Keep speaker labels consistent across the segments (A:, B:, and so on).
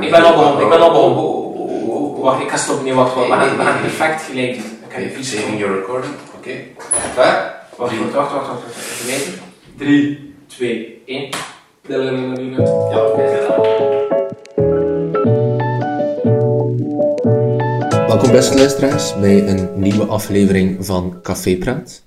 A: Ik ben al begonnen, ik ben al begonnen. Oh, oh, oh, oh, Wacht, ik ga stoppen. Nee, wacht, wacht. Maar ik ben perfect geleid. Ik heb een vies
B: Saving your recording. Oké. Klaar?
A: Wacht, wacht, wacht, wacht, wacht. wacht. Geleid. 3, 2, 1.
C: Welkom beste luisteraars bij een nieuwe aflevering van Café Praat.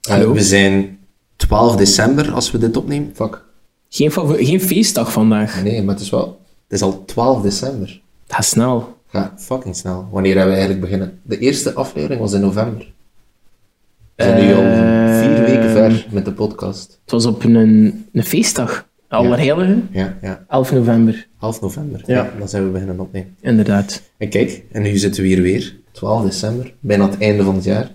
C: Eh,
D: Hallo.
C: we zijn 12 december als we dit opnemen.
D: Fuck.
E: Geen, favo- geen feestdag vandaag.
D: Nee, maar het is wel...
C: Het is al 12 december.
E: Dat is snel.
D: Ja.
C: Fucking snel.
D: Wanneer hebben we eigenlijk beginnen? De eerste aflevering was in november. We zijn nu al
C: Eh,
D: vier weken ver met de podcast.
E: Het was op een, een feestdag. Allerheilige,
C: Ja, ja.
E: 11 november.
C: Half november.
E: Ja.
C: Ja. dan zijn we beginnen opnemen.
E: Inderdaad.
C: En kijk, en nu zitten we hier weer.
D: 12 december, bijna het einde van het jaar.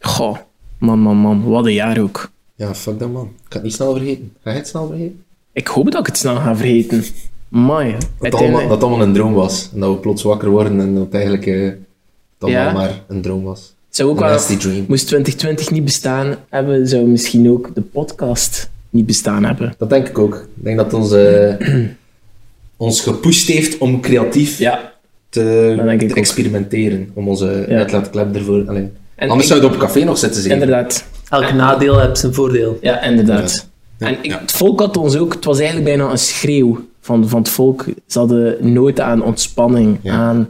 E: Goh. Man, man, man. Wat een jaar ook.
C: Ja, fuck dat man.
D: Ik kan het niet snel vergeten. Ga jij het snel vergeten?
E: Ik hoop dat ik het snel ga vergeten. Mai.
D: Dat het allemaal,
E: Uiteindelijk.
D: dat het allemaal een droom was. En dat we plots wakker worden en dat het eigenlijk eh, het allemaal
E: Ja.
D: maar een droom was.
E: Het zou ook
D: een
E: wel...
D: nasty dream.
E: Moest 2020 niet bestaan hebben, zou misschien ook de podcast niet bestaan hebben.
D: Dat denk ik ook. Ik denk dat ons, eh, ons gepusht heeft om creatief
E: Ja.
D: te,
E: Dat denk ik
D: te
E: ook.
D: experimenteren. Om onze
E: Ja.
D: uitlaatklep ervoor... Allee.
E: En
D: Anders
E: ik-
D: zouden we op café nog zitten zeker.
E: Inderdaad.
F: Elk nadeel heeft zijn voordeel.
E: Ja, inderdaad. En ik, het volk had ons ook, het was eigenlijk bijna een schreeuw van, van het volk. Ze hadden nood aan ontspanning, aan,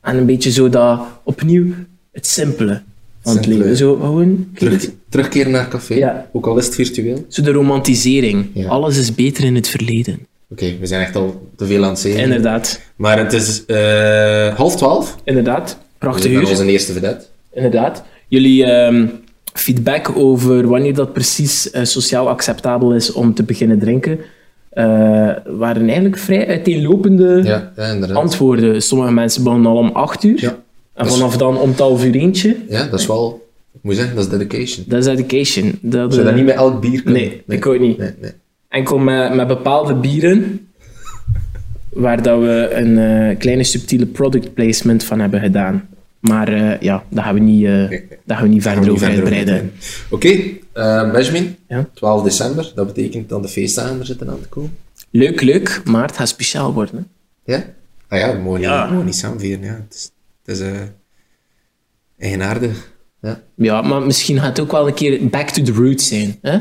E: aan een beetje zo dat, opnieuw, het simpele van het
D: Simpele.
E: leven. Zo oh, gewoon, kijk,
D: Terug, terugkeren naar café,
E: Ja.
D: ook al is het virtueel. Oké,
E: zo de romantisering.
D: Ja.
E: Alles is beter in het verleden.
D: we zijn echt al te veel aan het zeggen.
E: Inderdaad,
D: Maar het is eh, half twaalf.
E: inderdaad. Prachtig
D: Dat is
E: uur,
D: onze eerste vedette.
E: inderdaad. Jullie ehm, feedback over wanneer dat precies eh, sociaal acceptabel is om te beginnen drinken, eh, waren eigenlijk vrij uiteenlopende...
D: Ja, ja, inderdaad.
E: antwoorden. Sommige mensen begonnen al om 8 uur.
D: Ja. Dus-
E: En vanaf dan om het half uur eentje.
D: ja, dat is wel... Ik moet zeggen, dat is dedication.
E: Dat is education. Dat,
D: Zou je
E: eh,
D: dat niet met elk bier kunnen?
E: nee, ik ook niet.
D: Nee, nee.
E: Enkel met, met bepaalde bieren. waar dat we een eh, kleine subtiele product placement van hebben gedaan. Maar eh, ja, daar gaan we niet, eh, daar gaan we niet verder
D: niet
E: over
D: verder over
E: uitbreiden.
D: Oké, eh, Benjamin.
E: Ja.
D: 12 december. Dat betekent dat de feestdagen er zitten aan te komen.
E: Leuk, leuk, maar het gaat speciaal worden. hè.
D: Ja? Ah ja, mooi.
E: Ja.
C: Gewoon niet samenvieren, ja. Het is, het is eh, eigenaardig.
E: Ja, maar misschien gaat het ook wel een keer back to the roots zijn. Hè?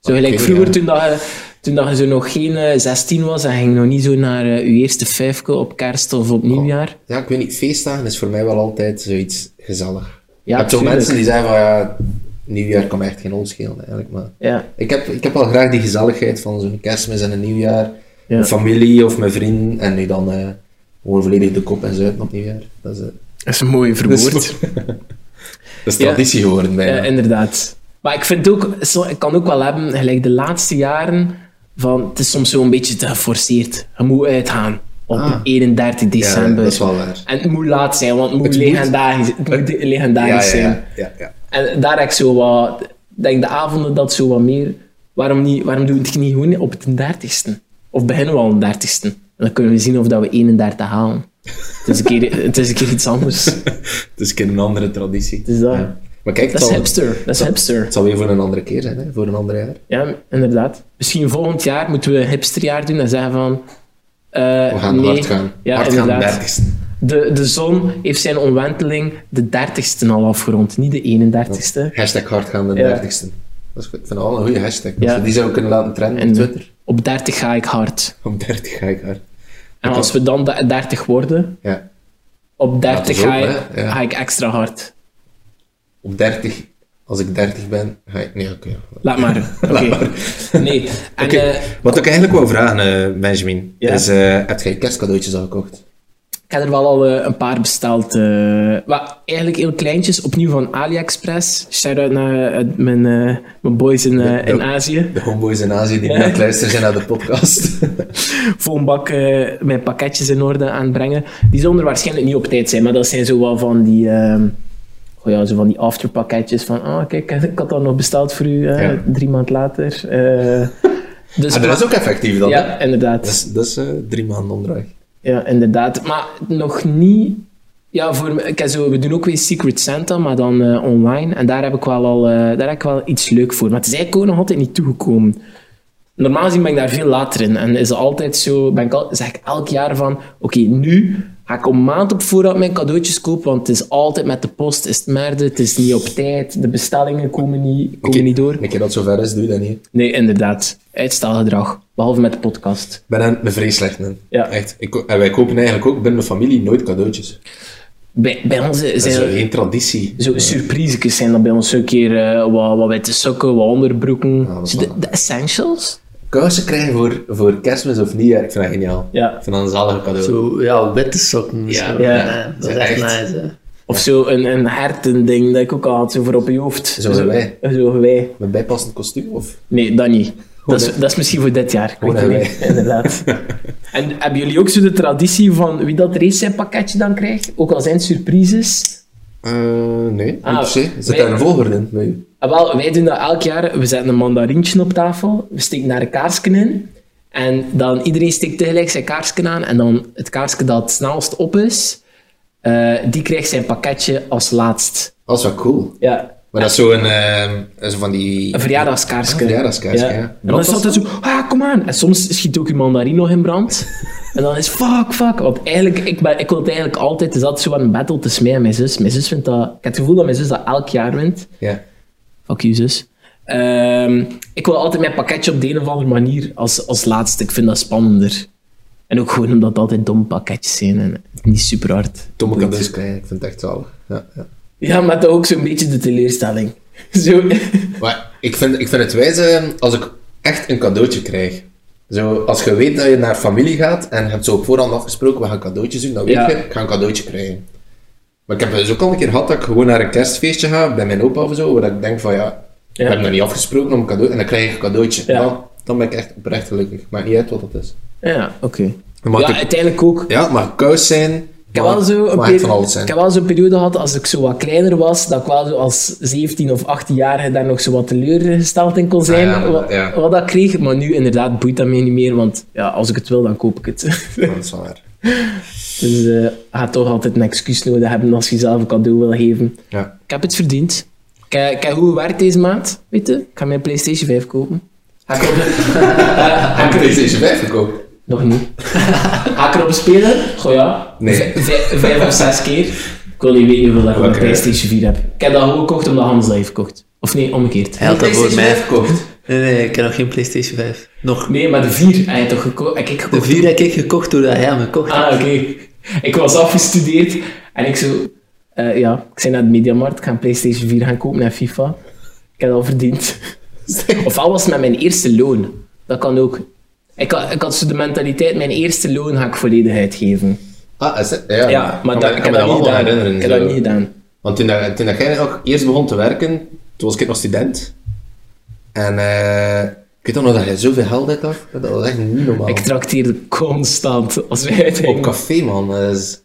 E: Zo gelijk
D: Oké,
E: vroeger,
D: ja.
E: toen, dat je, toen dat je zo nog geen eh, 16 was, en ging je nog niet zo naar eh, je eerste vijfke op kerst of
D: Oh.
E: op nieuwjaar.
D: Ja, ik weet niet. Feestdagen is voor mij wel altijd zoiets gezellig.
E: Ja,
D: je hebt zo
E: tuurlijk.
D: mensen die zeggen van ja, nieuwjaar kan me echt geen hol schelen eigenlijk. Maar
E: Ja,
D: ik heb, ik heb wel graag die gezelligheid van zo'n kerstmis en een nieuwjaar.
E: Ja.
D: Met familie of met vrienden. En nu dan eh, gewoon volledig de kop en zuipen op nieuwjaar. Dat is, eh,
E: dat is een mooie
D: dat
E: verwoord.
D: is- dat is traditie geworden bijna.
E: Ja, eh, inderdaad. Maar ik vind ook, zo, ik kan ook wel hebben, gelijk de laatste jaren, van het is soms zo een beetje te geforceerd. Je moet uitgaan op
D: Ah.
E: 31
D: Ja,
E: december.
D: dat is wel waar.
E: En het moet laat zijn, want het moet
D: Het moet-
E: legendarisch, het moet
D: Ja,
E: legendarisch
D: ja,
E: zijn.
D: ja, ja, ja.
E: En daar heb ik zo wat... Ik denk de avonden dat zo wat meer... Waarom, niet, waarom doen we het niet gewoon op het dertigste? Of beginnen we al een 30ste? En dan kunnen we zien of dat we 31 halen. Het is een keer, het is een keer iets anders. Het
D: Het is een keer een andere traditie.
E: is dat.
D: Ja. Maar kijk, het
E: Dat is
D: zal,
E: hipster. Dat is hipster.
D: het zal weer voor een andere keer zijn, hè? voor een ander jaar.
E: Ja, inderdaad. Misschien volgend jaar moeten we een hipsterjaar doen en zeggen van... eh,
D: We gaan
E: nee.
D: hard gaan.
E: Ja,
D: hard gaan,
E: inderdaad.
D: 30ste.
E: de, de zon heeft zijn omwenteling de 30ste al afgerond, niet de 31ste.
D: Hashtag hardgaande
E: Ja.
D: 30ste. Dat is, ik vind dat wel een goede hashtag. Als
E: Ja.
D: we die zouden kunnen laten trenden op
E: En-
D: Twitter.
E: Op 30 ga ik hard.
D: Om 30 ga ik hard.
E: En
D: Ik
E: als we dan de 30 worden,
D: Ja. dat
E: Op 30
D: is
E: ga,
D: ook,
E: ik,
D: hè, ja.
E: ga ik extra hard.
D: Op 30, als ik 30 ben, ga ik... Nee, oké.
E: Laat maar. Oké. Nee. En,
C: Oké,
E: eh,
C: wat ik eigenlijk wou vragen, eh, Benjamin,
E: Ja.
C: is... eh,
D: Heb jij kerstcadeautjes al gekocht?
E: ik heb er wel al eh, een paar besteld. eh, wat eigenlijk heel kleintjes. Opnieuw van AliExpress. Shout-out naar eh, mijn, eh, mijn boys in, eh, in Azië.
D: De homeboys in Azië die net luisteren zijn naar de podcast. Ah,
E: Vol een bak eh, mijn pakketjes in orde aanbrengen. Die zullen er waarschijnlijk niet op tijd zijn. Maar dat zijn zo wel van die... ehm, goh ja, zo van die afterpakketjes. Van, ah, kijk, ik had dat nog besteld voor u. eh,
D: Ja.
E: Drie maand later. Eh, dus
D: Ah, dat is ook effectief dan, hè?
E: Ja, inderdaad.
D: Dat is, dat is eh, drie maanden onderweg.
E: Ja, inderdaad. Maar nog niet. Ja, voor, me- ik heb zo, we doen ook weer Secret Santa, maar dan eh, online. En daar heb ik wel al eh, daar heb ik wel iets leuk voor. Maar het is eigenlijk ook nog altijd niet toegekomen. normaal gezien ben ik daar veel later in. En is het altijd zo, ben ik al, zeg ik elk jaar van, oké, nu ga ik een maand op voorraad mijn cadeautjes kopen, want het is altijd met de post, is het merde, het is niet op tijd, de bestellingen komen niet, komen niet door.
D: Een keer dat het zover is, doe je dat niet.
E: Nee, inderdaad. Uitstelgedrag. Behalve met de podcast.
D: Ik ben daar me vrij slecht in.
E: Ja.
D: Echt. Ik, ko- en wij kopen eigenlijk ook binnen mijn familie nooit cadeautjes.
E: Bij, bij ons
D: Dat is
E: zijn
D: zo geen traditie.
E: zo surprises zijn dat bij ons een keer eh, wat, wat witte sokken, wat onderbroeken.
D: dat
E: Zo
D: is
E: de, de essentials?
D: Kousen krijgen voor, voor kerstmis of nieuwjaar, ik vind dat geniaal.
E: Ja.
D: Ik vind dat een zalige cadeau.
F: Zo, ja, witte sokken.
D: Ja,
F: zo.
E: ja.
F: dat is echt,
D: Echt.
F: nice, hè.
E: Of zo een, een hertending dat ik ook al had, zo voor op je hoofd.
D: Zo gewei.
E: Zo gewei.
D: Met bijpassend kostuum of?
E: Nee, dat niet. Dat is, dat is misschien voor dit jaar. Ik
D: Gewoon
E: weet het
D: een
E: niet. Inderdaad. en hebben jullie ook zo de traditie van wie dat race zijn pakketje dan krijgt? Ook al zijn het surprises.
D: Eh, nee,
E: Ah,
D: niet per se. Zit
E: wij-
D: daar een volgorde in? Nee.
E: Ah, wel, wij doen dat elk jaar. We zetten een mandarientje op tafel, we steken daar een kaarsje in. En dan iedereen steekt tegelijk zijn kaarsje aan. En dan het kaarsje dat het snelst op is, eh, die krijgt zijn pakketje als laatst.
D: Dat is wel cool.
E: Ja,
D: Maar dat is zo'n... ehm zo van die...
E: een verjaardagskaarsje.
D: Ah, een verjaardagskaarsje, ja.
E: En dan is het altijd zo, ah, kom aan. En soms schiet ook je mandarijn nog in brand. en dan is fuck, fuck. Want eigenlijk, ik, ben, ik wil het eigenlijk altijd, is altijd zo een battle tussen mij en mijn zus. Mijn zus vindt dat, ik heb het gevoel dat mijn zus dat elk jaar wint.
D: Ja.
E: Fuck you, zus. Ehm, ik wil altijd mijn pakketje op de een of andere manier als, als laatste. Ik vind dat spannender. En ook gewoon omdat het altijd domme pakketjes zijn en niet super hard.
D: Domme cadeaus krijgen, ik vind het echt zalig. Ja, ja.
E: Ja, maar dat ook zo'n beetje de teleurstelling. Zo.
D: Maar ik vind, ik vind het wijze als ik echt een cadeautje krijg. Zo, als je weet dat je naar familie gaat en je hebt zo op voorhand afgesproken, we gaan cadeautjes doen, dan weet
E: Ja.
D: je, ik ga een cadeautje krijgen. Maar ik heb dus ook al een keer gehad dat ik gewoon naar een kerstfeestje ga, bij mijn opa of zo, waar ik denk van ja,
E: Ja.
D: ik heb nog niet afgesproken om een cadeau, en dan krijg ik een cadeautje.
E: Ja.
D: Dan, dan ben ik echt oprecht gelukkig. Maakt niet uit wat dat is.
E: Ja, oké.
D: Maar
E: Ja,
D: ik-
E: uiteindelijk ook.
D: Ja, het mag kous zijn,
E: Ik heb, wel zo
D: mag
E: een peri-
D: echt van alles
E: ik
D: zijn.
E: heb wel zo'n periode gehad, als ik zo wat kleiner was, dat ik wel zo als 17 of 18-jarige daar nog zo wat teleurgesteld in kon zijn,
D: ja, maar
E: wat,
D: dat- ja.
E: wat dat kreeg. Maar nu inderdaad boeit dat mij niet meer, want ja, als ik het wil, dan koop ik het.
D: Ja, dat is wel waar.
E: Dus eh, je gaat toch altijd een excuus nodig hebben als je zelf een cadeau wil geven.
D: Ja.
E: Ik heb het verdiend. Ik, eh, ik heb goed gewerkt deze maand, weet je. Ik ga mijn PlayStation 5 kopen. Ga ik erop-
D: En PlayStation 5 gekocht.
E: Nog niet. Ga ik erop spelen? Goh ja.
D: Nee.
E: Vij- vij- vijf of zes keer. Ik wil niet weten hoeveel dat ik op mijn
D: Oké.
E: PlayStation 4 heb. Ik heb dat gewoon gekocht omdat Hans dat heeft gekocht. Of nee, omgekeerd.
F: Hij had dat voor
D: PlayStation
F: mij.
D: 5 gekocht.
F: Nee, nee, ik heb nog geen PlayStation 5. Nog.
E: Nee, maar de 4 heb je toch geko- heb ik gekocht?
F: De 4 heb ik gekocht doordat hij hem gekocht
E: Ah,
F: had.
E: oké. Ik was afgestudeerd en ik zo... eh, ja, ik zei naar de Mediamarkt, ik ga een PlayStation 4 gaan kopen en FIFA. Ik heb dat al verdiend. Ofwel was het met mijn eerste loon. Dat kan ook. Ik had, ik had zo de mentaliteit, mijn eerste loon ga ik volledig uitgeven.
D: Ah, is het? Ja,
E: Ja, maar
D: Ik
E: dat,
D: kan
E: ik
D: me
E: heb dat
D: wel
E: niet
D: nog
E: gedaan.
D: herinneren,
E: Ik heb dat
D: zo.
E: niet gedaan.
D: Want toen, dat- toen dat jij nog eerst begon te werken, toen was ik nog student. En eh, ik weet nog dat jij zoveel geld uit had. Dat was echt niet normaal.
E: Ik trakteerde constant als wij uithingen.
D: Op café, man. dat is-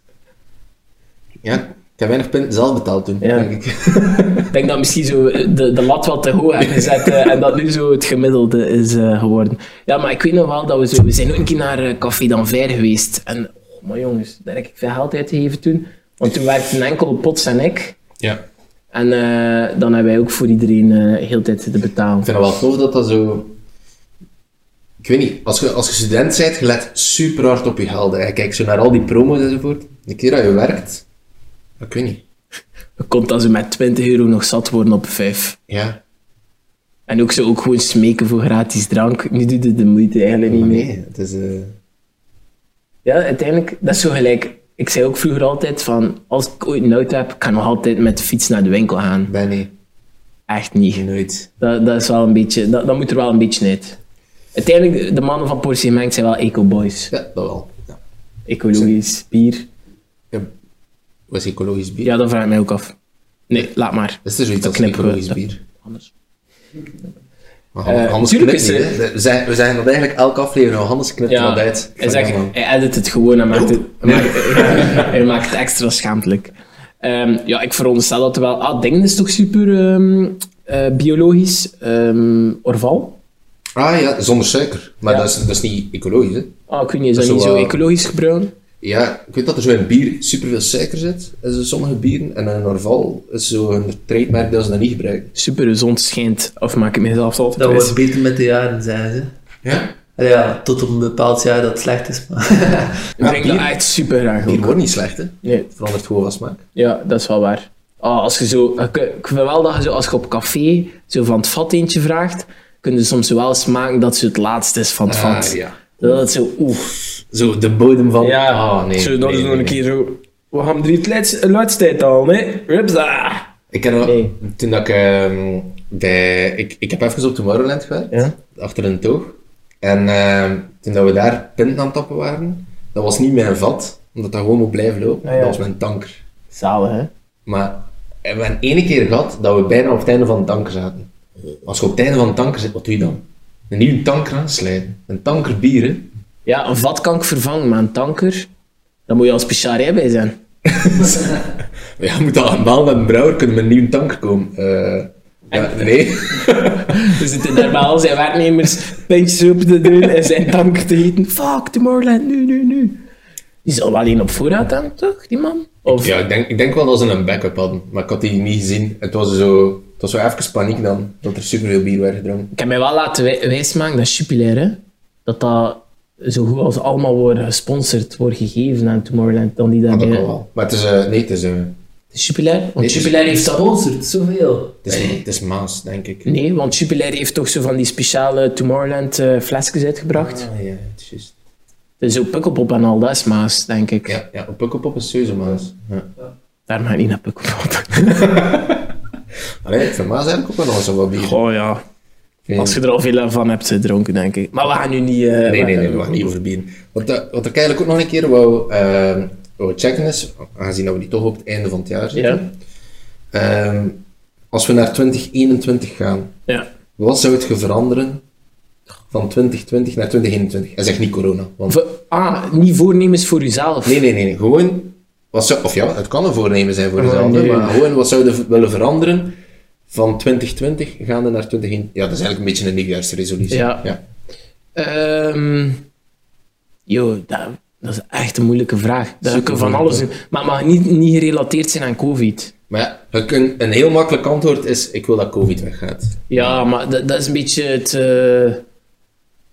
D: Ja, ik heb weinig punten zelf betaald toen,
E: Ja.
D: denk ik.
E: Ik denk dat misschien zo eh, de, de lat wat te hoog hebben gezet eh, en dat nu zo het gemiddelde is eh, geworden. Ja, maar ik weet nog wel dat we zo... We zijn ook een keer naar eh, Café d'Anvers geweest. En, oh, maar jongens, daar heb ik veel geld uitgegeven toen. Want toen werkten enkel Pots en ik.
D: Ja.
E: En eh, dan hebben wij ook voor iedereen eh heel de tijd te betalen.
D: Ik vind het wel tof dat dat zo... Ik weet niet, als je, als je student bent, je let super hard op je gelden. Je kijkt zo naar al die promos enzovoort. De keer dat je werkt... Ik weet niet.
E: Je kon dan zo met 20 euro nog zat worden op 5.
D: Ja.
E: En ook zo ook gewoon smeken voor gratis drank. Nu doet het de moeite eigenlijk niet
D: Maar
E: meer.
D: nee, het is... eh,
E: Ja, uiteindelijk, dat is zo gelijk. Ik zei ook vroeger altijd van, als ik ooit een auto heb, kan ik nog altijd met de fiets naar de winkel gaan.
D: ben nee,
E: Echt niet.
D: nooit.
E: Dat, dat is wel een beetje, dat, dat moet er wel een beetje uit. Uiteindelijk, de mannen van Porsche Mengt zijn wel eco-boys.
D: Ja, dat wel. Ja.
E: Ecologisch, bier.
D: Was ecologisch bier?
E: Ja, dat vraag ik mij ook af. Nee, laat maar.
D: Is er zoiets
E: Dat
D: als een
E: knippen we.
D: ecologisch bier?
E: Anders.
D: Maar
E: Eh,
D: Hannes
E: tuurlijk
D: knipt
E: is
D: niet, hè. We zijn, we zijn dat eigenlijk elke aflevering. Hannes knipt er wat uit.
E: Hij,
D: Van,
E: zegt,
D: ja, man.
E: hij edit het gewoon en maakt het, hij maakt, hij maakt het extra schaamtelijk. Ehm, ja, ik veronderstel dat er wel... Ah, Dingen is toch super ehm, eh, biologisch? Ehm, Orval?
D: Ah ja, zonder suiker. Maar
E: Ja.
D: dat, is, dat is niet ecologisch, hè.
E: Ah, ik weet niet, is dat,
D: Dat is
E: niet
D: zo,
E: zo
D: eh,
E: ecologisch gebruikt?
D: Ja, ik weet dat er zo in bier superveel suiker zit. In zo sommige bieren. En in Orval is zo'n trademark dat ze dat niet gebruiken.
E: Super gezond schijnt, of maak ik mezelf altijd
F: Ah, Dat
E: wijs?
F: wordt beter met de jaren, zijn ze.
D: Ja?
F: Allee, ja, tot op een bepaald jaar dat het slecht is. Maar
E: Ik drink dat echt super graag
D: Bier
E: ook.
D: wordt niet slecht, hè? Het
E: Nee,
D: verandert gewoon van smaak.
E: ja, dat is wel waar. Ah, als je zo, ik, ik vind wel dat je zo, als je op café zo van het vat eentje vraagt, kunnen ze soms wel smaken dat ze het laatste is van het vat.
D: ja.
E: Dat het Ah, zo, oeh.
D: Zo, de bodem van...
E: Ja,
D: Ah, nee.
E: zo, dat
D: nee,
E: is nog
D: nee, nee.
E: een keer zo. We gaan drie het luidstijd al, nee? Ripsa!
D: Ik ken wel-
E: Nee.
D: Toen dat ik, ehm, bij, ik... Ik heb even op Tomorrowland gewerkt.
E: Ja.
D: Achter een toog. En ehm, toen dat we daar pint aan het tappen waren, dat was niet mijn vat, omdat dat gewoon moet blijven lopen.
E: Ah, ja.
D: Dat was mijn tanker.
E: Zalig, hè?
D: Maar we hebben één keer gehad dat we bijna op het einde van de tanker zaten. Als je op het einde van de tanker zit, wat doe je dan? Een nieuwe tanker aansluiten. Een tanker bieren.
E: Ja, een vat kan ik vervangen, maar een tanker, daar moet je al speciaal bij zijn.
D: Ja, moet dat aanbaan met een brouwer kunnen met een nieuwe tanker komen. Eh, ja, nee.
E: Er zitten daar bij al zijn werknemers pintjes open te doen en zijn tanker te eten. Fuck, Tomorrowland, nu, nu, nu. Die zal wel één op voorraad hebben, toch, die man? Of,
D: Ja, ik denk, ik denk wel dat ze een backup hadden, maar ik had die niet gezien. Het was zo, het was zo even paniek dan, dat er superveel bier werd gedronken.
E: Ik heb mij wel laten wij- wijsmaken, dat is Jupiler, hè? Dat dat zo goed als allemaal wordt gesponsord, wordt gegeven aan Tomorrowland, dan die
D: Ah, Dat
E: daarbij...
D: kan wel. dus- Maar het is, eh, nee, het is, eh,
E: Jupiler? Want
D: het is-
E: Jupiler heeft dat
F: sponsort zoveel.
D: het is, het is Maas, denk ik.
E: Nee, want Jupiler heeft toch zo van die speciale Tomorrowland eh, flesjes uitgebracht.
D: Ah, ja, het is juist.
E: Dus zo Pukkelpop en al dat is Maas, denk ik.
D: Ja, ja, op Pukkelpop is sowieso Maas. Ja.
E: Daar ga ik niet naar Pukkelpop.
D: Allee, ik vind Maas eigenlijk ook wel al zo wat bier.
E: Goh ja, als je er al veel van hebt gedronken, denk ik. Maar we gaan nu niet... eh,
D: Nee, nee, nee, we
E: we-
D: gaan niet over bier. Wat, eh, wat ik eigenlijk ook nog een keer wou, eh, wou checken is, aangezien dat we die toch op het einde van het jaar zitten.
E: Ja.
D: Ehm, als we naar 2021 gaan,
E: Ja.
D: wat zou het ge veranderen van 2020 naar 2021? Hij zegt niet corona. Want...
E: V- ah, niet voornemens voor jezelf.
D: Nee, nee, nee, nee, gewoon... Wat zou, of ja, het kan een voornemen zijn voor
E: Ja,
D: jezelf, hè,
E: nee.
D: maar gewoon wat zouden we willen veranderen van 2020 gaande naar 2021? Ja, dat is eigenlijk een beetje een nieuwjaarsresolutie.
E: Ja.
D: ja.
E: Ehm, yo, dat, dat is echt een moeilijke vraag. Dat kan van alles doen. Maar het mag niet, niet gerelateerd zijn aan COVID.
D: Maar ja, je kunt- een heel makkelijk antwoord is, ik wil dat COVID weggaat.
E: Ja, maar dat, dat is een beetje het... eh,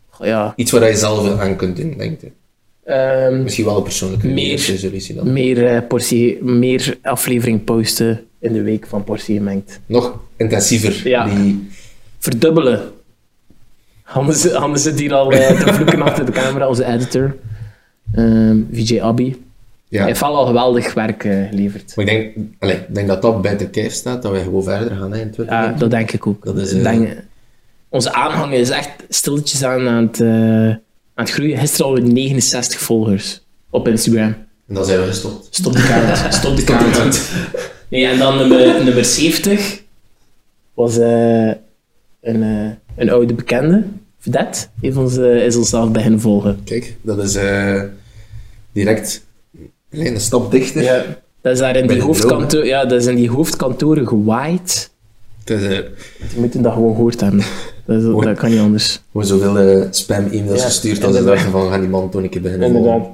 E: goh, ja,
D: Iets waar je zelf aan kunt doen, denk ik.
E: Ehm,
D: Misschien wel een persoonlijke
E: Meer.
D: resolutie dan.
E: meer, eh, portie, meer aflevering posten in de week van Portie Gemengd.
D: Nog intensiever.
E: Ja.
D: Die,
E: verdubbelen. Anders, anders zit hier al eh, te vloeken achter de camera, onze editor. Ehm, Vijay Abhi.
D: ja.
E: Hij heeft wel al geweldig werk eh, geleverd.
D: Maar ik denk, allee, ik denk dat dat bij de kijf staat, dat wij gewoon verder gaan hè, in
E: Ja,
D: 2020.
E: dat denk ik ook.
D: Dat is, eh,
E: Ik denk- onze aanhang is echt stilletjes aan, aan, het, eh, aan het groeien. Gisteren al 69 volgers op Instagram.
D: En dan zijn we gestopt.
E: Stop de count. Stop de count. Nee, en dan nummer, nummer 70 was eh, een, eh, een oude bekende. Vedette heeft ons, eh, is ons zelf beginnen volgen.
D: Kijk, dat is eh, direct een kleine stap dichter.
E: Ja. Dat is daar in
D: Bij
E: die,
D: de
E: hoofdkanto ja, dat is in die hoofdkantoren gewaaid.
D: Het is eh,
E: Die moeten dat gewoon gehoord hebben. Dat, is-
D: Mooi.
E: dat kan niet anders.
D: gewoon zoveel eh, spam-e-mails
E: Ja,
D: gestuurd dat ze
E: inderdaad.
D: dachten van, gaan die man toch een keer beginnen volgen.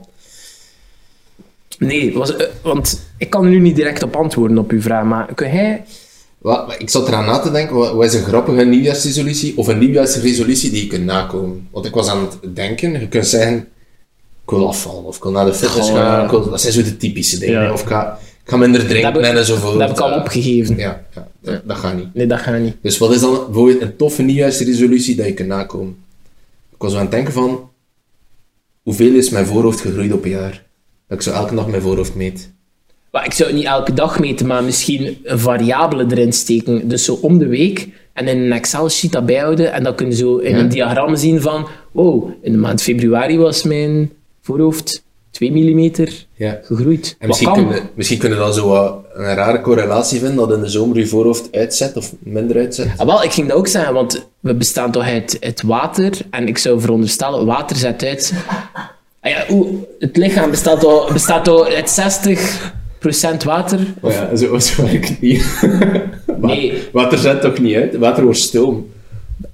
E: Nee, was, eh, want ik kan nu niet direct op antwoorden op uw vraag, maar kun jij...
D: Wat, maar ik zat eraan na te denken, wat, wat is een grappige nieuwjaarsresolutie of een nieuwjaarsresolutie die je kunt nakomen? Want ik was aan het denken, je kunt zeggen, ik wil afvallen, of ik wil naar de fitness
E: Goh,
D: gaan,
E: Oh, ja.
D: ik wil- dat zijn zo de typische dingen.
E: Ja.
D: hè. Of ik ga, ik ga minder drinken
E: Dat heb ik-
D: en enzovoort. Eh,
E: Dat heb ik al opgegeven.
D: Ja, ja, dat, dat gaat niet.
E: Nee, dat gaat niet.
D: Dus wat is dan bijvoorbeeld een toffe nieuwjaarsresolutie dat je kunt nakomen? Ik was aan het denken van, hoeveel is mijn voorhoofd gegroeid op een jaar? Dat ik zo elke dag mijn voorhoofd meet.
E: Maar ik zou het niet elke dag meten, maar misschien een variabele erin steken. Dus zo om de week en in een Excel-sheet dat bijhouden. En dan kun je zo in een diagram zien van... Wow, in de maand februari was mijn voorhoofd 2 mm
D: Ja.
E: gegroeid.
D: En
E: Wat
D: misschien
E: kan?
D: kunnen, misschien kunnen we dan zo wat een rare correlatie vinden dat in de zomer je voorhoofd uitzet of minder uitzet.
E: Ah, wel, ik ging dat ook zeggen, want we bestaan toch uit, uit water. En ik zou veronderstellen, water zet uit... Ah ja, oeh, het lichaam bestaat toch, bestaat toch uit 60% water?
D: Maar Oh ja, zo, zo werkt het niet.
E: Nee.
D: Water zet toch niet uit? Water wordt stoom.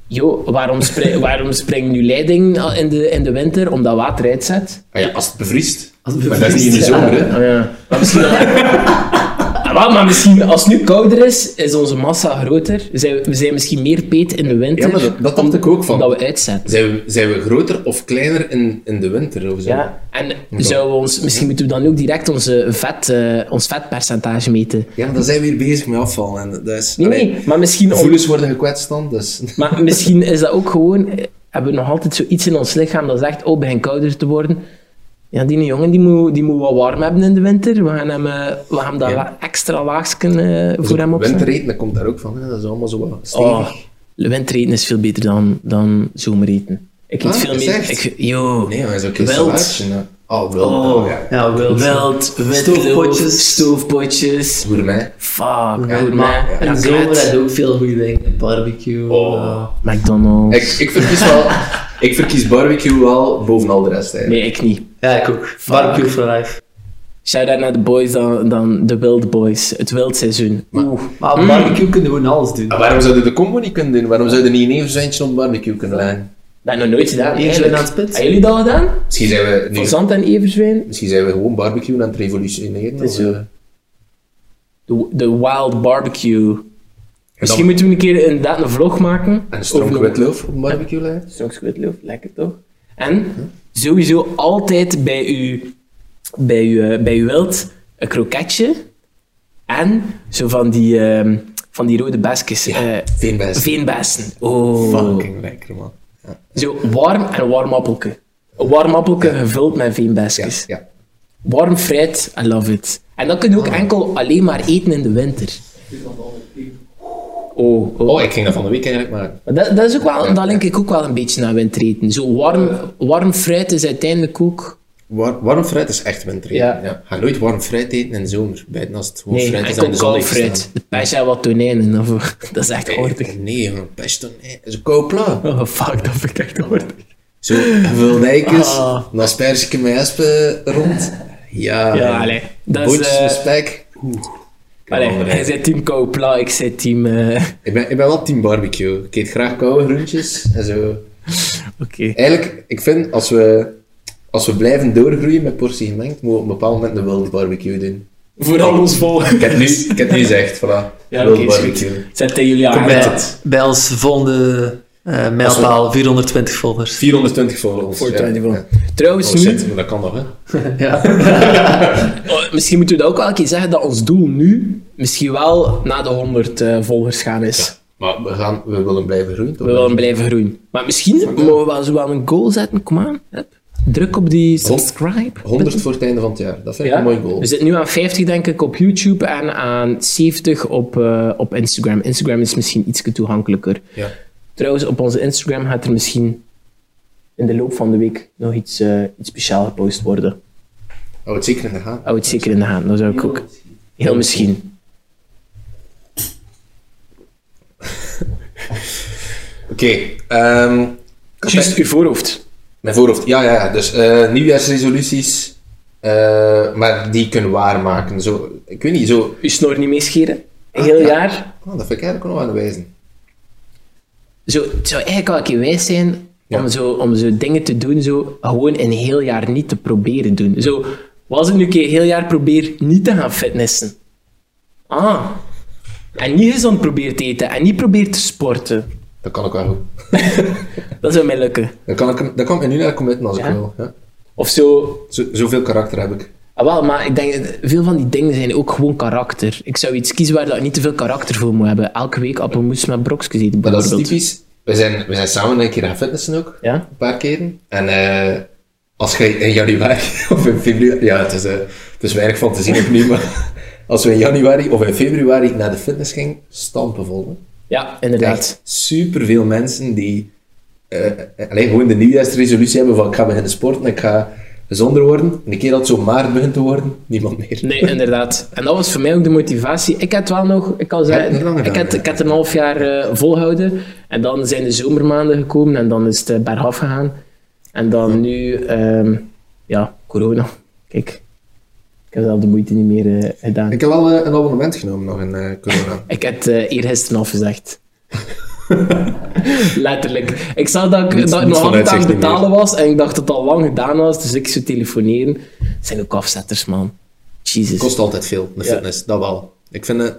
E: Jo, waarom, spri- waarom springt nu leiding al in de, in de winter? Omdat water uitzet?
D: Ah ja, als het bevriest.
F: Als het
D: maar dat is niet in de
F: bevriest, ja.
D: zomer, hè?
E: ja. Maar misschien wel... Ah, wel, maar misschien als het nu kouder is, is onze massa groter. Zijn we, we zijn misschien meer peet in de winter.
D: Ja, maar dat- dat dacht ik ook van.
E: Omdat we uitzetten.
D: Zijn we, zijn we groter of kleiner in, in de winter? Of zo?
E: Ja. En zouden we ons, misschien moeten we dan ook direct onze vet, eh, ons vetpercentage meten.
D: ja, dan zijn we weer bezig met afval. En dat is,
E: Nee,
D: allee,
E: nee, maar misschien, om-
D: Gevoelens worden gekwetst dan, dus...
E: maar misschien is dat ook gewoon... eh, Hebben we nog altijd zoiets in ons lichaam dat zegt, oh, het begint kouder te worden. Ja, die jongen die moet, die moet wat warm hebben in de winter. We gaan hem, eh, we gaan dat
D: Ja. Dus
E: la- extra laagsteken eh, voor hem opzetten.
D: Wintereten, dat komt daar ook van. Hè. Dat is allemaal zo wat stevig.
E: Oh, wintereten is veel beter dan, dan zomereten. Ik
D: Ah,
E: eet veel
D: is
E: meer...
D: echt?
E: Ik, yo,
D: Nee, maar dat is ook een
E: Wild.
D: salaatje. hè. Oh, wild.
E: Oh.
D: Ja.
F: Ja, wel.
E: wild, witlof,
F: Stoofpotjes.
E: stoofpotjes.
D: Voor mij.
E: Fuck,
F: Ja,
E: goed
F: maar
E: man.
F: in
E: Raclette,
F: de zomer heb je ook veel goede dingen. Barbecue. eh,
E: McDonald's.
D: Ik, ik, verkies wel, ik verkies barbecue wel boven al de rest eigenlijk.
E: Nee, ik niet.
F: ja, ik ook. Barbecue for life.
E: Shout-out naar de boys dan, dan de wild boys. Het wild seizoen. Oeh.
F: Maar barbecue kunnen we gewoon alles doen.
D: Maar waarom zouden we de combo niet kunnen doen? Waarom zouden we niet in één verzijntje op barbecue kunnen leggen?
E: Dat nog nooit gedaan,
F: Eentje
E: eigenlijk.
F: aan het spit.
E: Hebben jullie dat gedaan?
D: Misschien zijn we,
E: Van
D: nu,
E: Zand en Everzwijn?
D: misschien zijn we gewoon barbecue aan het revolutioneren.
E: is
D: of,
E: zo.
D: eh,
E: De, de wild barbecue. Misschien
D: dan-
E: moeten we een keer inderdaad een vlog maken.
D: En stronk
E: Over-
D: witloof op een barbecue leggen.
E: Stronk witloof, lekker toch? En sowieso altijd bij u, bij u, eh, bij uw wild een kroketje. En zo van die, ehm, van die rode basjes. eh,
D: Veenbest.
E: veenbessen. Oh.
D: Fucking lekker, man.
E: Zo warm en een warm appelke. Een warm appelke gevuld met
D: Ja,
E: veenbesjes.
D: ja.
E: Warm fruit, I love it. En dat kun je ook enkel alleen maar eten in de winter. Oh, oh.
D: Oh, ik ging dat van de week eigenlijk maken.
E: Maar Dat, dat, is ook wel, dat link ik ook wel een beetje naar wintereten. Zo warm, warm fruit is uiteindelijk ook...
D: War, warm fruit is echt winter.
E: Ja.
D: Ja. Ga nooit warm fruit eten in de zomer. Buiten als het gewoon
E: Nee,
D: fruit is
E: enkel
D: aan de zon
E: koud
D: heeft
E: fruit.
D: gestaan.
E: De pers en wat tonijnen. Of, dat is echt
D: Eh,
E: hortig.
D: Nee, man. Pesto, nee. Dat is een koud plaat.
E: Oh, fuck, dat vind ik echt hortig.
D: Zo, veel dijkers,
E: Ah.
D: een asperge met espen rond. Ja,
E: Ja, allee. Dat is...
D: bootjes
E: eh,
D: met spek. Oeh.
E: allee,
D: Kan wel
E: hij
D: rijden.
E: zei team koud pla, ik zei team... eh,
D: Ik ben, ik ben wel team barbecue. Ik eet graag koude groentjes en zo.
E: Oké.
D: Eigenlijk, ik vind, als we, als we blijven doorgroeien met portie gemengd, moeten we op een bepaald moment een wilde barbecue doen.
E: Vooral ons volgen.
D: Ik heb het nu, ik heb het nu gezegd, voilà.
E: Ja,
D: wilde
E: oké, is goed.
D: barbecue.
E: Zet tegen jullie aan.
F: bij,
E: Ja.
F: bij ons volgende eh mijlpaal, 420 folders.
D: 420 volgers.
E: Voor
D: ja.
E: 24.
D: Ja.
E: Trouwens,
D: Oh
E: nu,
D: shit, maar dat kan nog, hè.
F: Ja.
E: oh, misschien moeten we dat ook wel een keer zeggen, dat ons doel nu misschien wel na de 100 eh, volgers gaan is.
D: Maar we, gaan, we willen blijven groeien, toch?
E: We willen blijven groeien. Maar misschien mogen we wel zo wel een goal zetten. Kom aan. Hup. Druk op die subscribe.
D: 100 voor het einde van het jaar. Dat vind ik
E: Ja. Dus-
D: een mooi goal.
E: We zitten nu aan 50, denk ik, op YouTube en aan 70 op, eh, op Instagram. Instagram is misschien iets toegankelijker.
D: Ja.
E: Trouwens, op onze Instagram gaat er misschien in de loop van de week nog iets, eh iets speciaals gepost worden.
D: Oh, het zeker in de gaten.
E: Hou het zeker in de hand, dat zou ik ook. Heel misschien.
D: Oké, ehm
E: Juist uw voorhoofd.
D: mijn voorhoofd. Ja, ja, ja. Dus eh, nieuwjaarsresoluties, eh, maar die kunnen waarmaken. Zo, ik weet niet, zo...
E: Uw snor niet meescheren. Een heel
D: ja.
E: jaar.
D: Oh, dat vind ik eigenlijk ook nog wel een wijze.
E: Zo, het zou eigenlijk wel een keer wijs zijn om,
D: Ja.
E: zo, om zo dingen te doen, zo, gewoon een heel jaar niet te proberen doen. Zo, was het nu een keer een heel jaar probeer niet te gaan fitnessen. Ah. En niet gezond probeer te eten en niet probeer te sporten.
D: Dat kan ik wel goed.
E: Dat zou mij lukken.
D: Dat kan ik, dat kan ik me nu naar committen als ik wil. Ja.
E: Of zo,
D: Zo, zoveel karakter heb ik.
E: Ah, wel, maar ik denk, dat veel van die dingen zijn ook gewoon karakter. Ik zou iets kiezen waar dat ik niet te veel karakter voor moet hebben. Elke week appelmoes met brokjes eten,
D: Maar dat is
E: bijvoorbeeld.
D: typisch. We zijn, we zijn samen een keer gaan fitnessen ook.
E: Ja?
D: Een paar keren. En eh, als je in januari of in februari... Ja, het is, eh, het is weinig van te zien opnieuw, maar... Als we in januari of in februari naar de fitness gingen, stampen vol. hè.
E: Ja, inderdaad.
D: echt superveel mensen die eh, eh, alleen gewoon de nieuwjaarsresolutie hebben van ik ga beginnen sporten, ik ga gezonder worden. En een keer dat het zo maart begint te worden, niemand meer.
E: Nee, inderdaad. En dat was voor mij ook de motivatie. Ik had wel nog, ik al
D: Je hebt het
E: zei,
D: nog lang
E: ik
D: gedaan,
E: had,
D: ja.
E: ik had een half jaar eh, volhouden. En dan zijn de zomermaanden gekomen en dan is het eh, bergaf gegaan. En dan nu, ehm, ja, corona. Kijk, ik heb zelf de moeite niet meer eh, gedaan.
D: Ik
E: Ik,
D: heb wel eh, een abonnement genomen nog in eh, corona.
E: had eh eergisteren afgezegd. Letterlijk. Ik zag dat ik,
D: Niets-
E: dat ik
D: niets van
E: nog altijd aan het
D: uitzicht niet
E: betalen was en ik dacht dat het al lang gedaan was, dus ik zou telefoneren. Het zijn ook afzetters, man. Jesus.
D: Het kost altijd veel, de
E: Ja.
D: fitness, dat wel. Ik vind dat...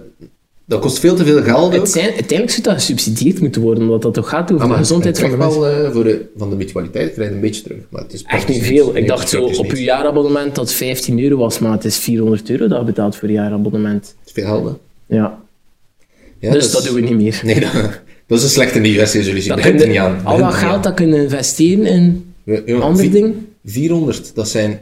D: Dat kost veel te veel geld ook.
E: Het zijn, uiteindelijk zou dat gesubsidieerd moeten worden, omdat dat toch gaat over
D: Ah, maar
E: de gezondheid
D: je
E: van de
D: krijgt
E: mensen.
D: wel, eh, voor de, van de mutualiteit krijg je een beetje terug. Maar het is
E: Echt
D: praktisch
E: niet
D: niks.
E: veel. Ik
D: Nee,
E: dacht zo
D: praktisch
E: op
D: niks.
E: uw jaarabonnement dat 15 euro was, maar het is 400 euro dat je betaalt voor je jaarabonnement.
D: Het is veel geld, hè.
E: Ja.
D: Ja,
E: dus
D: is-
E: dat doen we niet meer.
D: Nee, dat, dat is een slechte nieuwjaarsresolutie.
E: Dat
D: Begint
E: kun
D: er niet
E: je-
D: aan. Begint
E: Al
D: er
E: dat
D: niet aan.
E: geld dat kunnen investeren in
D: Ja, jongen,
E: andere
D: vi-
E: dingen.
D: 400, dat zijn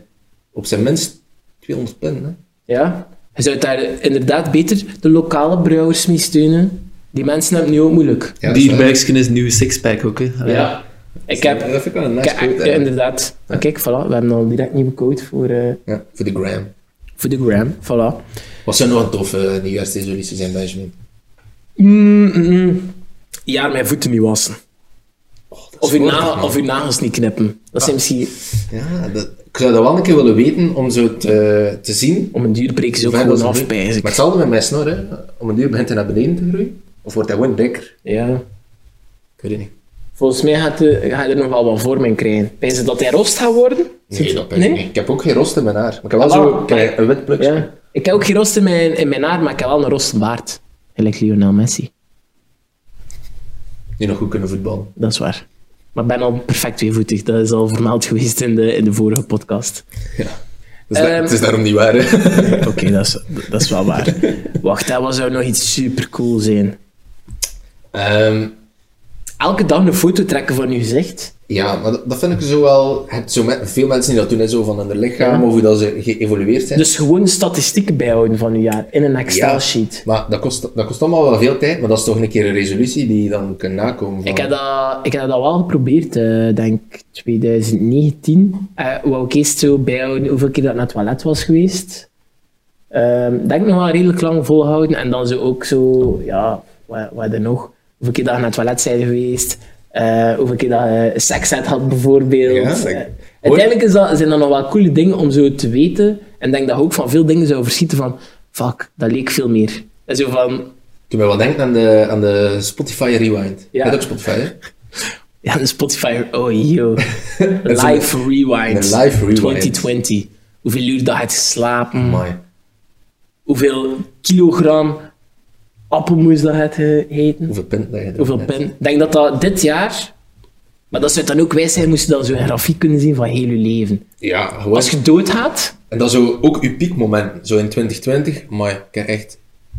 D: op zijn minst 200 pin. Hè?
E: Ja. Je zou daar inderdaad beter de lokale brouwers mee steunen. Die mensen hebben het nu ook moeilijk.
D: Ja, dat is waar.
F: Bierbuiksken is een nieuwe sixpack ook, hè. Allee.
E: Ik heb...
D: Dat eh. vind ik wel een nice
E: ik-
D: quote,
E: ja,
D: hè.
E: inderdaad. Maar Kijk, voilà, we hebben al direct nieuwe code voor, eh,
D: Ja, voor de gram.
E: voor de gram. Voilà.
D: Wat zou nog een toffe eh, nieuwjaarsresolutie zijn, Benjamin?
E: Mm, mm, mm. Ja, mijn voeten niet wassen. Of uw,
D: Sportig,
E: nagel,
D: man.
E: of uw nagels niet knippen. Dat zijn misschien...
D: Ja, dat, ik zou dat wel een keer willen weten om zo te, te zien.
E: Om een duur breken ze ook
D: Hoe ver
E: gewoon
D: dat ze
E: af,
D: doen.
E: pijs ik.
D: Maar hetzelfde met mijn snor, hè. Om een duur begint hij naar beneden te groeien. Of wordt hij gewoon dikker?
E: Ja.
D: Ik weet het niet.
E: Volgens mij gaat, de, gaat er nogal wat vorm in krijgen. Pijs je dat hij rost gaat worden?
D: Nee, dat
E: Nee?
D: niet. Ik heb ook geen rost in mijn haar. Maar ik heb wel zo ik heb een wit plukje.
E: Ah, Ja. Ik heb ook geen rost in mijn, in mijn haar, maar ik heb wel een rost baard. Gelijk Lionel Messi.
D: Die nog goed kunnen voetballen.
E: Dat is waar. Maar ik ben al perfect tweevoetig. Dat is al vermeld geweest in de, in de vorige podcast.
D: Dus da-
E: Ehm.
D: het is daarom niet waar, hè.
E: Oké, dat, is, dat is wel waar. Wacht, dat zou nog iets supercool zijn.
D: Ehm,
E: Elke dag een foto trekken van uw gezicht.
D: ja, maar dat, dat vind ik zo wel... je hebt zo met, veel mensen die dat doen, hè, zo van hun lichaam,
E: Ja.
D: of hoe dat ze geëvolueerd zijn.
E: Dus gewoon statistieken bijhouden van uw jaar in een
D: Ja.
E: Excel-sheet.
D: Maar dat kost, dat kost allemaal wel veel tijd, maar dat is toch een keer een resolutie die je dan kunt nakomen. Van.
E: Ik heb, dat, ik heb dat wel geprobeerd, eh denk 2019. Eh wou ik eerst zo bijhouden hoeveel keer dat ik naar het toilet was geweest. Ehm denk nog wel redelijk lang volhouden. En dan zo ook zo, ja, wat, wat er nog? Hoeveel keer dat je naar het toilet zijn geweest. eh, hoeveel keer dat je seks hebt gehad,
D: Ja,
E: bijvoorbeeld.
D: zeg.
E: Eh, uiteindelijk is dat, zijn dat nog wel coole dingen om zo te weten. En ik denk dat je ook van veel dingen zou verschieten van... Fuck, dat leek veel meer. En zo van...
D: Toen mij wel denkt aan de, aan de Spotify Rewind. Ja.
E: Ja.
D: Dat ook Spotify, hè?
E: Ja, een Spotify. Oh, yo.
D: is
E: live rewind.
D: een live rewind.
E: 2020. Hoeveel uur dat je hebt geslapen.
D: Amai.
E: Hoeveel kilogram appelmoes dat je hebt gegeten.
D: Hoeveel pint dat je erop
E: Hoeveel
D: hebt.
E: pen. Ik denk dat dat dit jaar... Maar dat zou dan ook wijs zijn, moest je dan zo'n grafiek kunnen zien van heel je leven.
D: Ja, gewoon.
E: Als je doodgaat...
D: En dat zo ook uw piekmoment. Zo in 2020, maar ik heb echt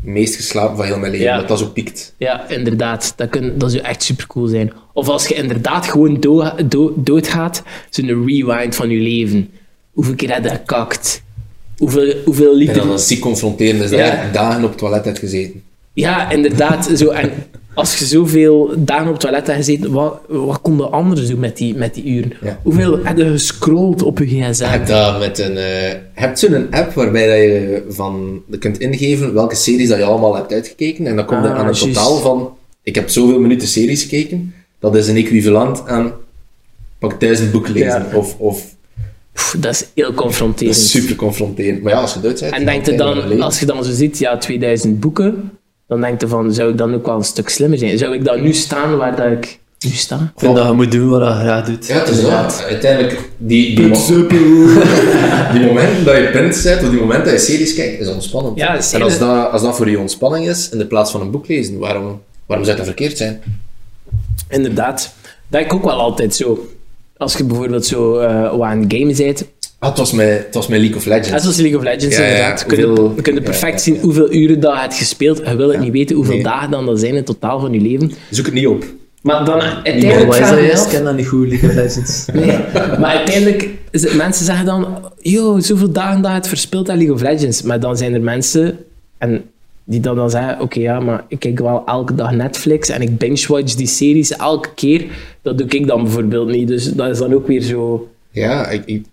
D: het meest geslapen van heel mijn leven.
E: Ja.
D: Dat dat zo piekt.
E: Ja, inderdaad. Dat, kun, dat zou echt supercool zijn. Of als je inderdaad gewoon do, do- doodgaat, zo'n rewind van je leven. Hoeveel keer heb je gekakt? Hoeveel, hoeveel
D: En
E: liter
D: dan dat ziek confronterend is dat
E: Ja.
D: je dagen op het toilet hebt gezeten.
E: Ja, inderdaad. Zo, en als je zoveel dagen op het toilet hebt gezeten, wat, wat kon de anderen doen met die, met die uren?
D: Ja.
E: Hoeveel heb je gescrolld op je
D: Je
E: gsm?
D: hebt, dat met een, eh, je hebt zo'n app waarbij dat je van, je kunt ingeven welke series dat je allemaal hebt uitgekeken. En dan komt er
E: Ah,
D: aan het
E: juist.
D: totaal van, ik heb zoveel minuten series gekeken. Dat is een equivalent aan, pak duizend boeken lezen. Of, of
E: Pff, dat is heel
D: dat
E: confronterend.
D: is super confronterend. Maar ja, als je Duits bent...
E: En denk je dan, als je dan zo ziet, ja, 2000 boeken, dan denk je van, zou ik dan ook wel een stuk slimmer zijn? Zou ik dan nu staan waar dat ik nu sta?
F: Ik vind dat je moet doen wat je graag doet.
D: Ja, het is dat. Uiteindelijk, die, die, mo- die momenten dat je pint zet, of die momenten dat je series kijkt, is ontspannend.
E: Ja, dat is
D: en als
E: heel-
D: dat, als dat voor je ontspanning is, in de plaats van een boek lezen, waarom, waarom zou dat verkeerd zijn?
E: Inderdaad. Dat ik ook wel altijd zo. Als je bijvoorbeeld zo eh, wat aan het gamen bent,
D: Ah, het was mijn, het was mijn League of
E: Net
D: Legends.
E: zoals League of Legends,
D: Ja, ja,
E: inderdaad. We kunnen,
D: hoeveel-
E: we kunnen perfect
D: ja, ja,
E: zien
D: ja.
E: hoeveel uren dat je hebt gespeeld. Je wil het niet weten hoeveel
D: nee.
E: dagen dan dat zijn in totaal van je leven.
D: Zoek het niet op.
E: Maar dan
F: Maar
E: uiteindelijk
F: wat is
E: vraag
F: dat
E: ik
F: juist?
E: me
F: Ik ken dat niet goed, League of Legends.
E: af- Nee, maar uiteindelijk, is het- mensen zeggen dan... Yo, zoveel dagen dat je het verspeelt aan League of Legends. Maar dan zijn er mensen en die dan, dan zeggen... Oké, ja, maar ik kijk wel elke dag Netflix en ik binge-watch die series elke keer. Dat doe ik dan bijvoorbeeld niet. Dus dat is dan ook weer zo...
D: Ja, ik, ik,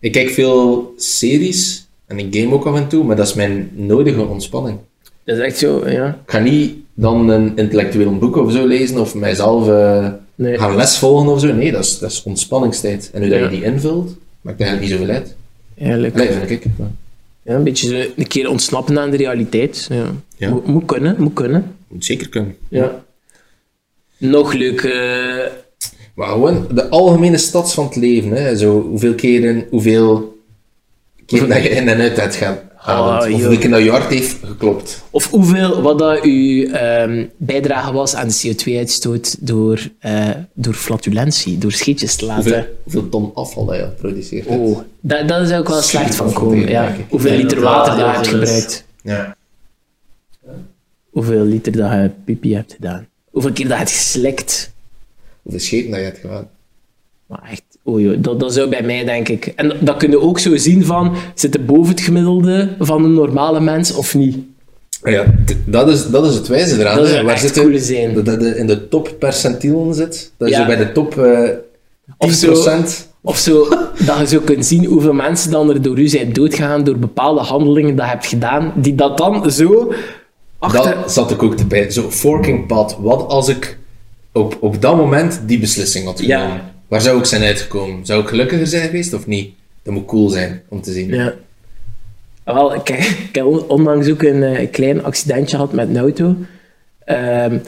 D: ik kijk veel series en ik game ook af en toe, maar dat is mijn nodige ontspanning.
E: Dat is echt zo, ja.
D: Ik ga niet dan een intellectueel boek of zo lezen of mijzelf eh,
E: Nee.
D: gaan les volgen of zo. Nee, dat is, dat is ontspanningstijd. En hoe dat
E: Ja.
D: je die invult, maakt eigenlijk niet zoveel uit.
E: Eigenlijk.
D: Nee, vind ik. Maar
E: Ja, een beetje zo een keer ontsnappen aan de realiteit. Ja.
D: Ja.
E: Moet, moet kunnen, moet kunnen.
D: moet zeker kunnen.
E: Ja. Nog leuk. eh,
D: Maar gewoon de algemene stads van het leven. Hè. Zo, hoeveel keren, hoeveel keer dat je in en uit hebt gaan. avond. of
E: Ah, joh.
D: wie naar Jort heeft geklopt.
E: Of hoeveel, wat dat uw ehm, bijdrage was aan de CO2-uitstoot door, eh, door flatulentie, door scheetjes te laten.
D: Hoeveel, hoeveel ton afval dat je al produceert. hebt.
E: Oh, dat, dat is ook wel slecht van komen.
D: confronterend,
E: Ja.
D: denk ik.
E: Hoeveel
F: Ja,
E: liter
F: dat-
E: water
F: ja,
E: dat je
F: dat
E: hebt
F: is-
E: gebruikt.
D: Ja.
E: Hoeveel liter dat je pipi hebt gedaan. Hoeveel keer dat je hebt geslikt.
D: Hoeveel scheten dat je hebt gedaan.
E: Maar echt, oei, oei, dat, dat zou bij mij, denk ik. En dat, dat kun je ook zo zien van, zit het boven het gemiddelde van een normale mens of niet?
D: Ja, d- dat is, dat is het wijze eraan.
E: Ah, Dat
D: hè.
E: zou echt
D: je-
E: coole zijn.
D: Dat dat je in de toppercentielen zit. Dat je
E: Ja.
D: zo bij de top eh 10%.
E: Of zo. Of zo, dat je zo kunt zien hoeveel mensen dan er door u zijn doodgegaan door bepaalde handelingen dat je hebt gedaan, die dat dan zo achter...
D: Dat zat ik ook te bij. Zo, forking pad. Wat als ik op, op dat moment die beslissing had
E: Ja.
D: genomen? Waar zou ik zijn uitgekomen? Zou ik gelukkiger zijn geweest of niet? Dat moet cool zijn om te zien.
E: Ja. Ah, Wel, ik, ik heb on- onlangs ook een eh, klein accidentje gehad met een auto. Ehm,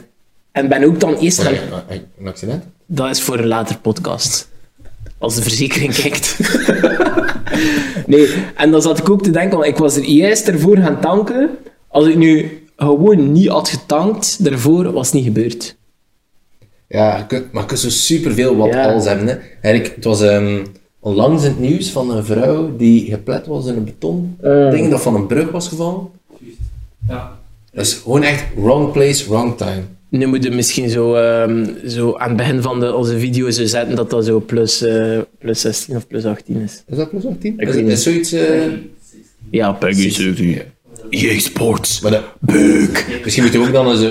E: en ben ook dan eerst...
D: Sorry,
E: gaan-
D: een- een accident?
E: Dat is voor een later podcast. Als de verzekering kijkt. nee, en dan zat ik ook te denken, want ik was er juist ervoor gaan tanken. Als ik nu gewoon niet had getankt, daarvoor was het niet gebeurd.
D: Ja, je kunt- maar je kunt zo superveel wat
E: Ja.
D: als hebben. Hè. Eigenlijk, het was ehm, onlangs in het nieuws van een vrouw die geplet was in een beton
E: Eh.
D: ding dat van een brug was gevallen.
A: Ja.
D: Dat is gewoon echt wrong place, wrong time.
E: Nu moeten we misschien zo, ehm, zo aan het begin van de, onze video zo zetten dat dat zo plus, eh, plus 16 of plus 18 is.
D: Is dat plus 18? Is,
E: weet
D: is
E: niet.
D: zoiets... eh,
E: Ja, Peggy 17.
F: Jee, sports.
D: maar dat, Misschien moeten we ook dan eens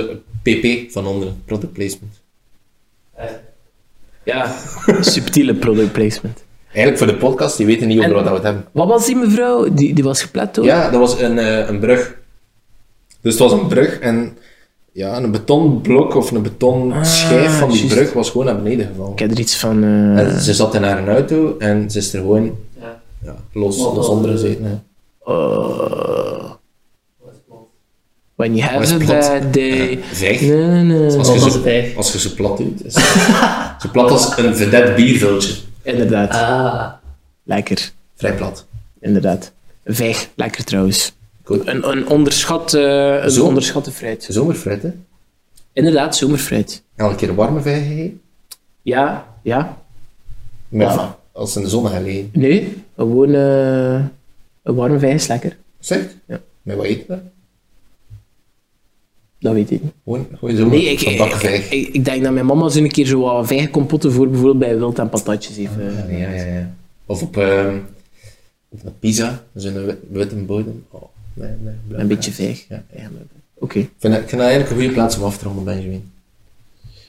D: een PP van onderen. Product placement.
E: Ja, subtiele product placement.
D: Eigenlijk voor de podcast, die weten niet over
E: En-
D: wat dat we het hebben.
E: Wat was die mevrouw? Die, die was geplet door?
D: Ja, dat was een, eh, een brug. Dus het was een brug en ja, een betonblok of een betonschijf van die
E: Ah, juist.
D: brug was gewoon naar beneden gevallen.
E: Ik heb er iets van... eh,
D: En ze zat in haar auto en ze is er gewoon
A: Ja.
D: ja, los, los onder
F: eh,
D: gezeten. hè.
E: oh. When you have
D: Wat is
E: a
D: plat?
E: bad day...
D: Zeg,
E: Nee, nee,
D: als, je
F: Wat was
D: zo,
F: het eigenlijk?
D: als je ze plat doet, is zo plat als een vedette bierviltje.
E: Oh, Inderdaad.
F: Ah.
E: Lekker.
D: Vrij plat.
E: Inderdaad. Vijg. Lekker trouwens.
D: Goed.
E: Een, een, onderschat, eh, een
D: Zo.
E: onderschatte fruit.
D: Zomerfruit, hè?
E: Inderdaad, zomerfruit.
D: Elke keer warme vijgen gegeten.
E: Ja, ja.
D: Met-
E: Ja.
D: Als ze in de zon gaan liggen.
E: Nee, gewoon eh, een warme vijg is lekker.
D: Zeg?
E: Ja.
D: Met wat eten we?
E: Dat weet ik niet.
D: Gewoon, gewoon zo'n
E: Nee, ik,
D: een
E: ik,
D: bakken
E: ik,
D: vijg.
E: ik- ik denk dat mijn mama zo een keer zo wat vijgenkompotten voor bijvoorbeeld bij wild en patatjes heeft. eh.
D: Ja, ja, ja. Of op, ehm, op een pizza, zo'n wit- witte bodem. Oh, nee, nee, blauw.
E: Een beetje vijg.
D: Ja.
E: Ja, maar- Oké.
D: Ik vind, dat- ik vind dat eigenlijk een goede plaats om af te ronden, Benjamin.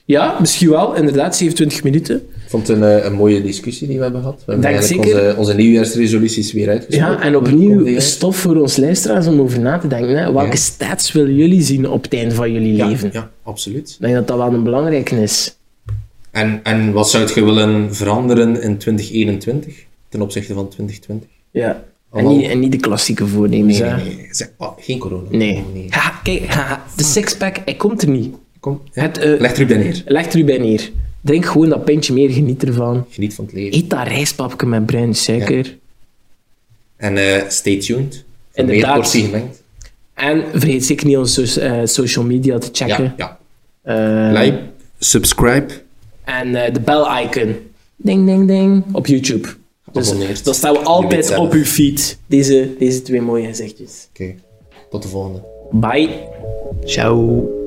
E: Ja, misschien wel. Inderdaad, 27 minuten.
D: Ik vond het een, eh, een mooie discussie die we hebben gehad. We hebben
E: Denk
D: eigenlijk
E: zeker.
D: Onze, onze nieuwjaarsresoluties weer uitgesproken.
E: Ja, en
D: Komt die
E: opnieuw
D: uit?
E: stof voor ons luisteraars om over na te denken. Hè. Welke
D: Ja.
E: stats willen jullie zien op het einde van jullie
D: Ja,
E: leven?
D: ja, absoluut.
E: Ik denk dat dat wel een belangrijke is.
D: En, en wat zou je willen veranderen in 2021 ten opzichte van 2020?
E: Ja. En
D: Allemaal-
E: niet, en niet de klassieke voornemens.
D: Nee,
E: hè.
D: nee, nee. Zeg, oh, geen corona.
E: Nee.
D: Oh,
E: Haha, kijk, haha, de sixpack, hij komt er niet.
D: Kom, ja.
E: Het, eh,
D: leg Ruben neer.
E: Leg er u bij neer. Drink gewoon dat pintje meer, geniet ervan.
D: Geniet van het leven.
E: Eet dat rijstpapje met bruin suiker.
D: En eh, stay tuned. Voor meer
E: Inderdaad.
D: portie gemengd.
E: En vergeet zeker niet onze so- eh, social media te checken.
D: Ja, ja.
E: Eh,
D: Like, subscribe.
E: En eh, de bel-icon. Ding, ding, ding. Op YouTube. Dus
D: Abonneert.
E: dan staan we
D: Je weet
E: altijd
D: zelf.
E: op uw feed. Deze, deze twee mooie gezichtjes.
D: Oké, tot de volgende.
E: Bye. Ciao.